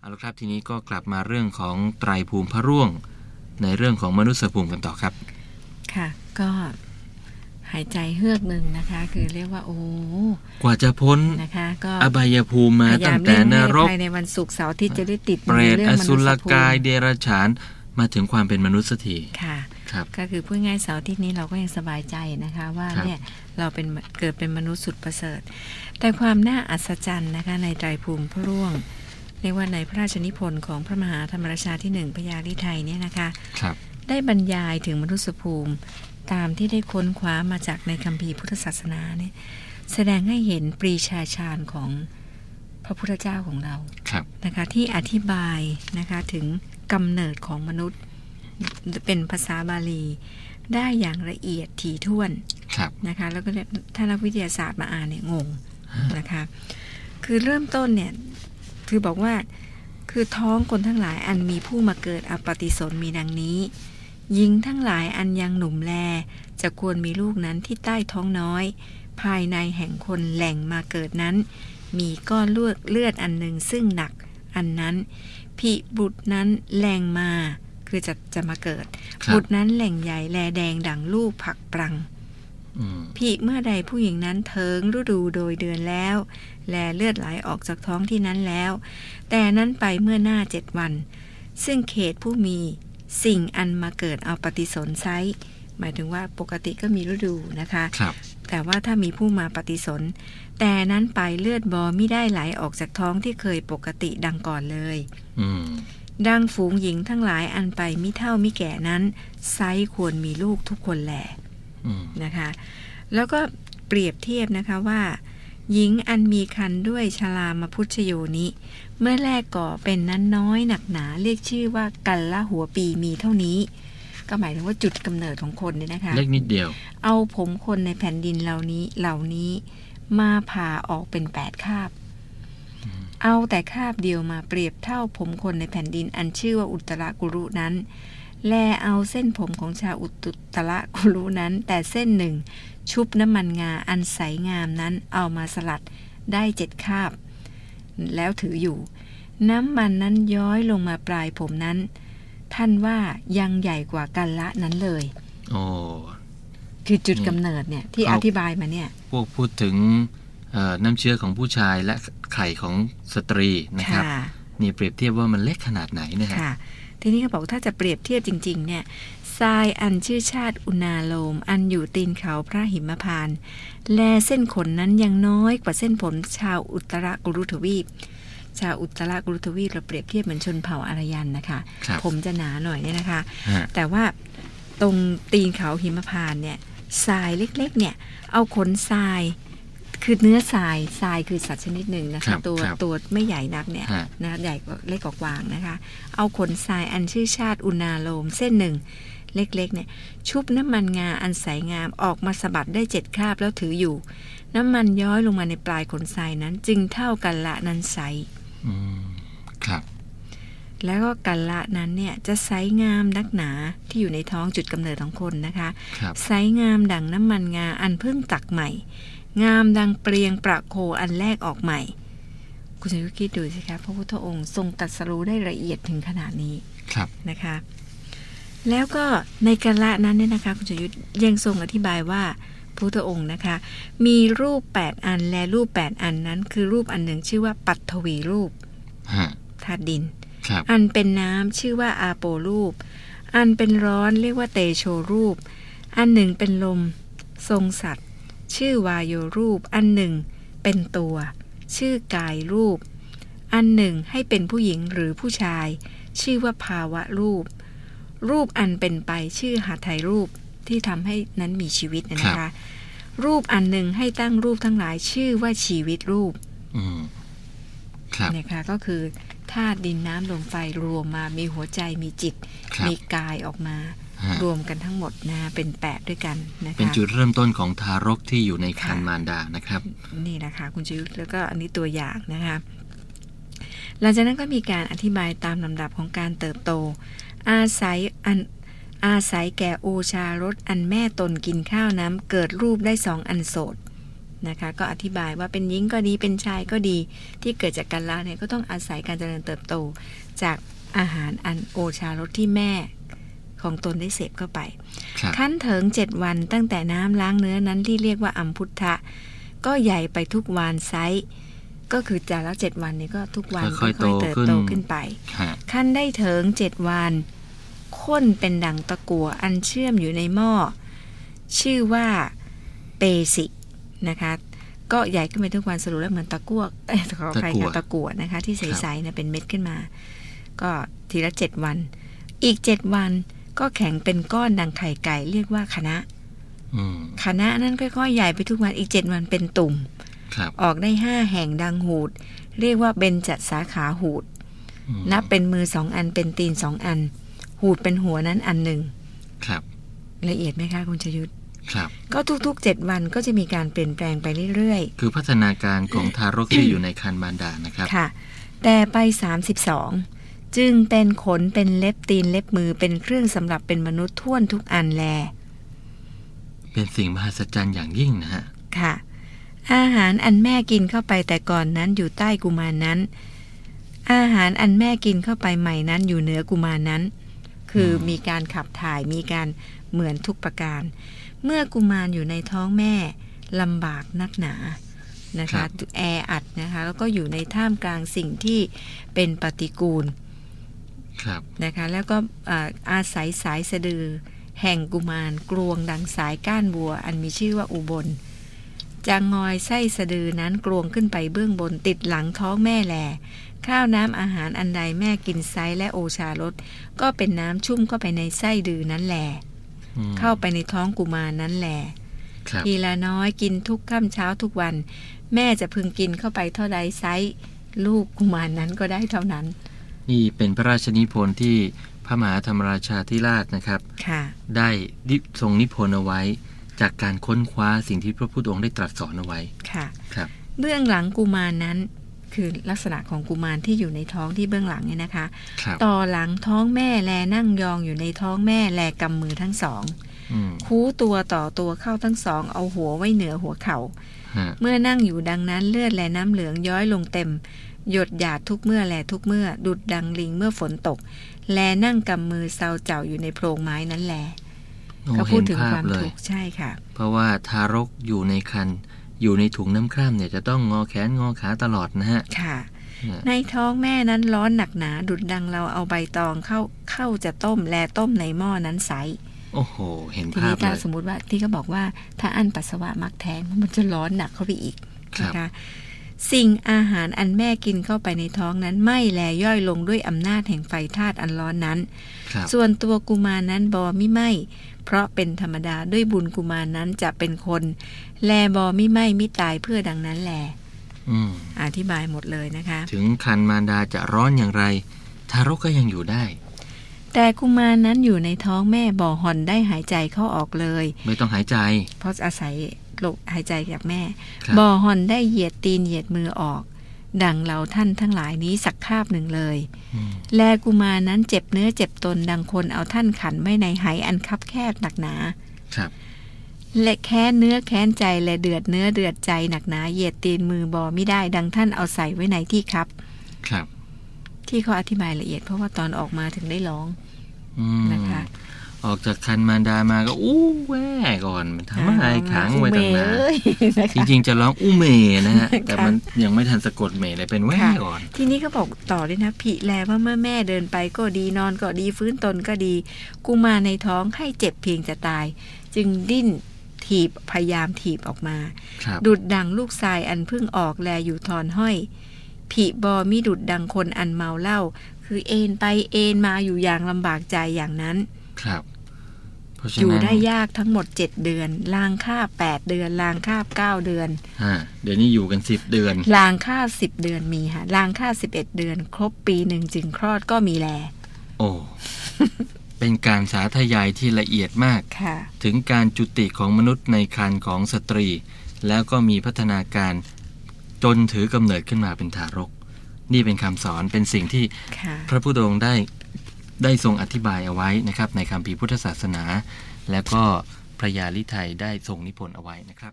เอาละครับทีนี้ก็กลับมาเรื่องของไตรภูมิพระร่วง ในเรื่องของมนุษยภูมิกันต่อครับ ค่ะ ก็หายใจเฮือกหนึ่งนะคะ คือเรียกว่าโอ้ กว่าจะพ้น นะคะ ก็ อบายภูมิมา พยย ตั้งแต่ เลี่ย น ให้ รก ภายในวันศุกร์เสาร์อาที่จะได้ติด เปรตอ มนุ สุ ษ ร ภูมิ กายเดรัจฉานมาถึงความเป็นมนุษย์สักที ค่ะ ครับ ก็คือพูดง่ายเสาร์อาที่นี้เราก็ยังสบายใจนะคะ ว่า ครับ เนี่ยเราเป็นเกิดเป็นมนุษย์สุดประเสริฐ แต่ความน่าอัศจรรย์นะคะในไตรภูมิพระร่วง เรียกว่าในพระราชนิพนธ์ของพระมหาธรรมราชาที่หนึ่งพญาลิไทยเนี่ยนะคะ ครับ ได้บรรยายถึงมนุษยภูมิ ตามที่ได้ค้นคว้ามาจากในคัมภีร์พุทธศาสนาเนี่ยแสดงให้เห็นปรีชาชาญของพระพุทธเจ้าของเรา ครับ นะคะที่อธิบายนะคะถึงกำเนิดของมนุษย์เป็นภาษาบาลี ได้อย่างละเอียดถี่ถ้วน ครับ นะคะแล้วก็เนี่ยถ้านักวิทยาศาสตร์มาอ่านเนี่ยงง ฮะ นะคะคือเริ่มต้นเนี่ยคือบอกว่าคือท้องคนทั้งหลายอันมีผู้มาเกิดอปฏิสนธิมีดังนี้หญิงทั้งหลายอันยังหนุ่มแล จะควรมีลูกนั้นที่ใต้ท้องน้อย ภายในแห่งคนแหล่งมาเกิดนั้น มีก้อนเลือดเลือดอันหนึ่งซึ่งหนักอันนั้นพิบุตรนั้นแหล่งมาคือจะจะมาเกิด ครับ บุตรนั้นแหล่งใหญ่แลแดงดังลูกผักปรัง อืม พี่เมื่อใดผู้หญิงนั้นเถิงฤดูโดยเดือนแล้ว แลเลือดไหลออกจากท้องที่นั้นแล้ว แต่นั้นไปเมื่อหน้าเจ็ดวัน ซึ่งเขตผู้มีสิ่งอันมาเกิดเอาปฏิสนธิไซหมายถึงว่าปกติก็มีฤดูนะคะ ครับ แต่ว่าถ้ามีผู้มาปฏิสนธิแต่นั้นไปเลือดบอไม่ได้ไหลออกจากท้องที่เคยปกติดังก่อนเลย อืม ดังฝูงหญิงทั้งหลายอันไปมิเท่ามิแก่นั้นไซควรมีลูกทุกคนแหละ อืม นะคะแล้วก็เปรียบเทียบนะคะว่า หญิงอันมีคันด้วยชลามาพุชโยนิ เมื่อแรกก่อเป็นนั้นน้อยหนักหนาเรียกชื่อว่ากันละหัวปีมีเท่านี้ ก็หมายถึงว่าจุดกำเนิดของคนเนี่ยนะคะ เล็กนิดเดียว เอาผมคนในแผ่นดินเหล่านี้เหล่านี้มาผ่าออกเป็นแปดคาบ เอาแต่คาบเดียวมาเปรียบเท่าผมคนในแผ่นดินอันชื่อว่าอุตตรกุรุนั้น แลเอาเส้นผมของชาวอุตตรกุรุนั้น แต่เส้นหนึ่ง ชุบน้ำมันงาอันใสงามนั้นเอามาสลัดได้เจ็ดคาบ แล้วถืออยู่ น้ำมันนั้นย้อยลงมาปลายผมนั้น ท่านว่ายังใหญ่กว่ากันละนั้นเลย โอ้ คือจุด นี่ กำเนิดเนี่ยที่ เอา อธิบายมาเนี่ย พวกพูดถึงเอ่อน้ำเชื้อของผู้ชายและไข่ของสตรีนะครับ ค่ะ นี่เปรียบเทียบว่ามันเล็กขนาดไหนนะฮะ ค่ะ ทีนี้เขาบอกถ้าจะเปรียบเทียบจริง ๆ เนี่ย ทรายอันชื่อชาติอุณาโลม อันอยู่ตีนเขาพระหิมพานต์แลเส้นขนนั้นยังน้อยกว่าเส้นผมชาวอุตรกุรุทวีป ชาวอุตรกุรุทวีปเราเปรียบเทียบเหมือนชนเผ่าอารยันนะคะ ครับ ผมจะหนาหน่อยเนี่ยนะคะ ฮะ แต่ว่าตรงตีนเขาหิมพานต์เนี่ยทรายเล็กๆ เนี่ย เอาขนทราย คือเนื้อทรายทรายคือสัตว์ชนิดหนึ่งนะ ครั คะ บ ตัว ครับ ตัวไม่ใหญ่นักเนี่ย ฮะ นะใหญ่กว่าเล็กกว่ากวางนะคะ เอาขนทรายอันชื่อชาติอุณาโลมเส้นหนึ่ง เล็กๆ เนี่ย ชุบน้ำมันงาอันใสงามออกมาสะบัดได้เจ็ดคราบแล้วถืออยู่ น้ำมันย้อยลงมาในปลายขนทรายนั้น จึงเท่ากันละนั้นใส อืมครับ แล้วก็กันละนั้นเนี่ยจะไซงามนักหนาที่อยู่ในท้องจุดกำเนิดของคนนะคะ ครับ ไซงามดังน้ำมันงาอันเพิ่งตักใหม่ งามดังเปลียงประโคอันแรกออกใหม่ คุณจะคิดดูสิคะพระพุทธองค์ทรงตรัดสรู้ได้ละเอียดถึงขนาดนี้ ครับ นะคะ แล้วก็ในกาละนั้นเนี่ยนะคะ คุณชยุทธยังทรงอธิบายว่าพระพุทธองค์นะคะ มีรูป 8 อันและรูป 8 อันนั้น คือรูปอันหนึ่งชื่อว่าปัทวีรูป ฮะ ธาตุดิน ครับ อันเป็นน้ำชื่อว่าอาโปรูป อันเป็นร้อนเรียกว่าเตโชรูป อันหนึ่งเป็นลม ทรงสัตว์ ชื่อวายโยรูป อันหนึ่งเป็นตัว ชื่อกายรูป อันหนึ่งให้เป็นผู้หญิงหรือผู้ชาย ชื่อว่าภาวะรูป รูปอันเป็นไปชื่อหาไทยรูปที่ทำให้นั้นมีชีวิตนะ ครั คะ บ รูปอันหนึ่งให้ตั้งรูปทั้งหลายชื่อว่าชีวิตรูป อืมครับ นะคะก็คือธาตุดินน้ำลมไฟรวมมามีหัวใจมีจิต ครับ มีกายออกมา ฮะ รวมกันทั้งหมดนะเป็นแปดด้วยกันนะ เป็น คะ จุดเริ่มต้นของทารกที่อยู่ในครรภ์ ค่ะ มารดานะครับ นี่นะคะ คุณชยุทธแล้วก็อันนี้ตัวอย่างนะคะหลังจากนั้นก็มีการอธิบายตามลำดับของการเติบโต อาศัยอันอาศัยแก่โอชารสอันแม่ตนกินข้าวน้ำเกิดรูปได้สองอันโสด นะคะ ก็อธิบายว่าเป็นหญิงก็ดีเป็นชายก็ดี ที่เกิดจากการละเนี่ยก็ต้องอาศัยการเจริญเติบโต จากอาหารอันโอชารสที่แม่ของตนได้เสพเข้าไป ครับ ขั้นเถิงเจ็ดวันตั้งแต่น้ำล้างเนื้อนั้นที่เรียกว่าอัมพุทธะ ก็ใหญ่ไปทุกวานไซส์ก็คือจากละเจ็ดวันเนี่ยก็ทุกวัน ค่อยๆ ๆ โต เติบ ขึ้น โตขึ้นไป ฮะ ขั้นได้เถิงเจ็ดวันข้นเป็นดังตะกั่วอันเชื่อมอยู่ในหม้อ ชื่อว่าเปสิกนะคะ ก็ใหญ่ขึ้นไปทุกวันสรุปแล้วเหมือนตะกั่วเอ้ยขออภัยค่ะตะกั่วนะคะ ที่ใสๆนะเป็นเม็ดขึ้นมา ก็ทีละเจ็ดวัน อีกเจ็ดวันก็แข็งเป็นก้อนดังไข่ไก่ เรียกว่าคณะ อืม คณะนั้นค่อยๆใหญ่ไปทุกวันอีกเจ็ดวันเป็นตุ่ม ครับ ออกได้ห้าแห่งดังหูด เรียกว่าเบญจสาขาหูด อืม นับเป็นมือสองอันเป็นตีนสองอัน หูดเป็นหัวนั้นอันหนึ่ง ครับ ละเอียดไหมคะคุณชยุทธ ครับ ก็ทุกๆ 7 วันก็จะมีการเปลี่ยนแปลงไปเรื่อย คือพัฒนาการของทารกที่อยู่ในครรภ์มารดานะครับ ๆ ค่ะ แต่ไป 32 จึงเป็นขนเป็นเล็บตีนเล็บมือเป็นเครื่องสำหรับเป็นมนุษย์ท่วนทุกอันแล เป็นสิ่งมหัศจรรย์อย่างยิ่งนะฮะ ค่ะ อาหารอันแม่กินเข้าไปแต่ก่อนนั้นอยู่ใต้กุมารนั้น อาหารอันแม่กินเข้าไปใหม่นั้นอยู่เหนือกุมารนั้น คือมีการขับถ่ายมีการเหมือนทุกประการ เมื่อกุมารอยู่ในท้องแม่ลำบากนักหนานะคะแออัดนะคะแล้วก็อยู่ในท่ามกลางสิ่งที่เป็นปฏิกูล ครับ นะคะแล้วก็อ่าอาศัยสายสะดือ แห่งกุมารกลวงดังสายก้านบัว อันมีชื่อว่าอุบลจางงอยไส้สะดือนั้นกลวงขึ้นไปเบื้องบนติดหลังท้องแม่แล ข้าวน้ำอาหารอันใดแม่กินไซและโอชารสก็เป็นน้ำชุ่มเข้าไปในไส้ดือนั้นแล อืม เข้าไปในท้องกุมารนั้นแล ครับ ทีละน้อยกินทุกค่ำเช้าทุกวัน แม่จะพึงกินเข้าไปเท่าใดไซลูกกุมารนั้นก็ได้เท่านั้น นี่เป็นพระราชนิพนธ์ที่พระมหาธรรมราชาธิราชนะครับ ค่ะ ได้ดิทรงนิพนธ์เอาไว้ จากการค้นคว้าสิ่งที่พระพุทธองค์ได้ตรัสสอนเอาไว้ ค่ะ ครับ เบื้องหลังกุมารนั้น คือลักษณะของกุมารที่อยู่ในท้องที่เบื้องหลังเนี่ยนะคะ ครับ ต่อหลังท้องแม่แลนั่งยองอยู่ในท้องแม่แลกำมือทั้งสอง อืม คู้ตัวต่อตัวเข้าทั้งสอง เอาหัวไว้เหนือหัวเข่า ฮะ เมื่อนั่งอยู่ดังนั้นเลือดและน้ำเหลืองย้อยลงเต็ม หยดหยาดทุกเมื่อแลทุกเมื่อ ดุดดังลิงเมื่อฝนตก แลนั่งกำมือเซาเจ้าอยู่ในโพรงไม้นั้นแล โอ้ ก็พู เห็ ด น ถึง ภาพความ เลย ทุกข์ใช่ค่ะ เพราะว่าทารกอยู่ในครรภ์อยู่ในถุงน้ำคร่ำเนี่ยจะต้องงอแขนงอขาตลอดนะฮะ ค่ะ นะ ในท้องแม่นั้นร้อนหนักหนาดุดดังเราเอาใบตองเข้าเข้าจะต้มแลต้มในหม้อนั้นใส โอ้โห เห็น ที ภา นี้ พเล ถ้าย สมมติว่าที่เขาบอกว่าถ้าอั้นปัสสาวะมักแท้งมันจะร้อนหนักเข้าไปอีก ครับ นะคะสิ่งอาหารอันแม่กินเข้าไปในท้องนั้นไม่แลย่อยลงด้วยอำนาจแห่งไฟธาตุอันร้อนนั้น ครับ ส่วนตัวกุมารนั้นบอมิไหมเพราะเป็นธรรมดาด้วยบุญกุมารนั้นจะเป็นคน แลบอมิไหมมิตายเพื่อดังนั้นแล อืม อธิบายหมดเลยนะคะ ถึงคันมารดาจะร้อนอย่างไร ทารกก็ยังอยู่ได้ แต่กุมารนั้นอยู่ในท้องแม่บ่อหอนได้หายใจเข้าออกเลย ไม่ต้องหายใจ เพราะอาศัยลมหายใจจากแม่ ครับ บ่อหอนได้เหยียดตีนเหยียดมือออก ดังเราท่านทั้งหลายนี้สักคาบหนึ่งเลย อืม แลกุมารนั้นเจ็บเนื้อเจ็บตนดังคนเอาท่านขันไว้ในไหอันคับแคบหนักหนา ครับ และแค้นเนื้อแค้นใจและเดือดเนื้อเดือดใจหนักหนาเหยียดตีนมือบ่อไม่ได้ดังท่านเอาใส่ไว้ในที่ครับ ครับ ที่เขาอธิบายละเอียดเพราะว่าตอนออกมาถึงได้ร้อง อืม นะคะ ออกจากคันมารดามาก็อู้แว่ก่อนมันทำอะไรขังไว้ตั้งนาน เอ้ยนะคะ จริงๆจะร้องอู้เมนะฮะ แต่ ค่ะ มันยังไม่ทันสะกดเมเลยเป็นแว่ ค่ะ ก่อน ทีนี้ก็บอกต่อด้วยนะผิแลว่าเมื่อแม่เดินไปก็ดีนอนก็ดีฟื้นตนก็ดี กูมารในท้องให้เจ็บเพียงจะตาย จึงดิ้นถีบพยายามถีบออกมา ครับ ดุดดังลูกทรายอันเพึ่งออกแลอยู่ทอนห้อย ผิบอมิดุดดังคนอันเมาเหล้าคือเอนไปเอนมาอยู่อย่างลำบากใจอย่างนั้น ครับ เพราะ อ ฉะ ยู่ นั้น ได้ยากทั้งหมด 7 เดือน ลางค่าบ8เดือน ลางค่าบ9เดือน ฮะเดี๋ยวนี้อยู่กันสิบเดือน ลางค่าบ10 เดือนมีค่ะลางค่าบ11 เดือน ครบปีหนึ่งจึงคลอดก็มีแล โอ้ เป็นการสาธยายที่ละเอียดมาก ค่ะ ถึงการจุติของมนุษย์ในครรภ์ของสตรี แล้วก็มีพัฒนาการจนถือกำเนิดขึ้นมาเป็นทารก นี่เป็นคำสอนเป็นสิ่งที่ ค่ะ พระพุทธองค์ได้ได้ทรงอธิบายเอาไว้นะครับ ในคำพีร์พุทธศาสนา แล้วก็พระยาลิไทยได้ทรงนิพนธ์เอาไว้นะครับ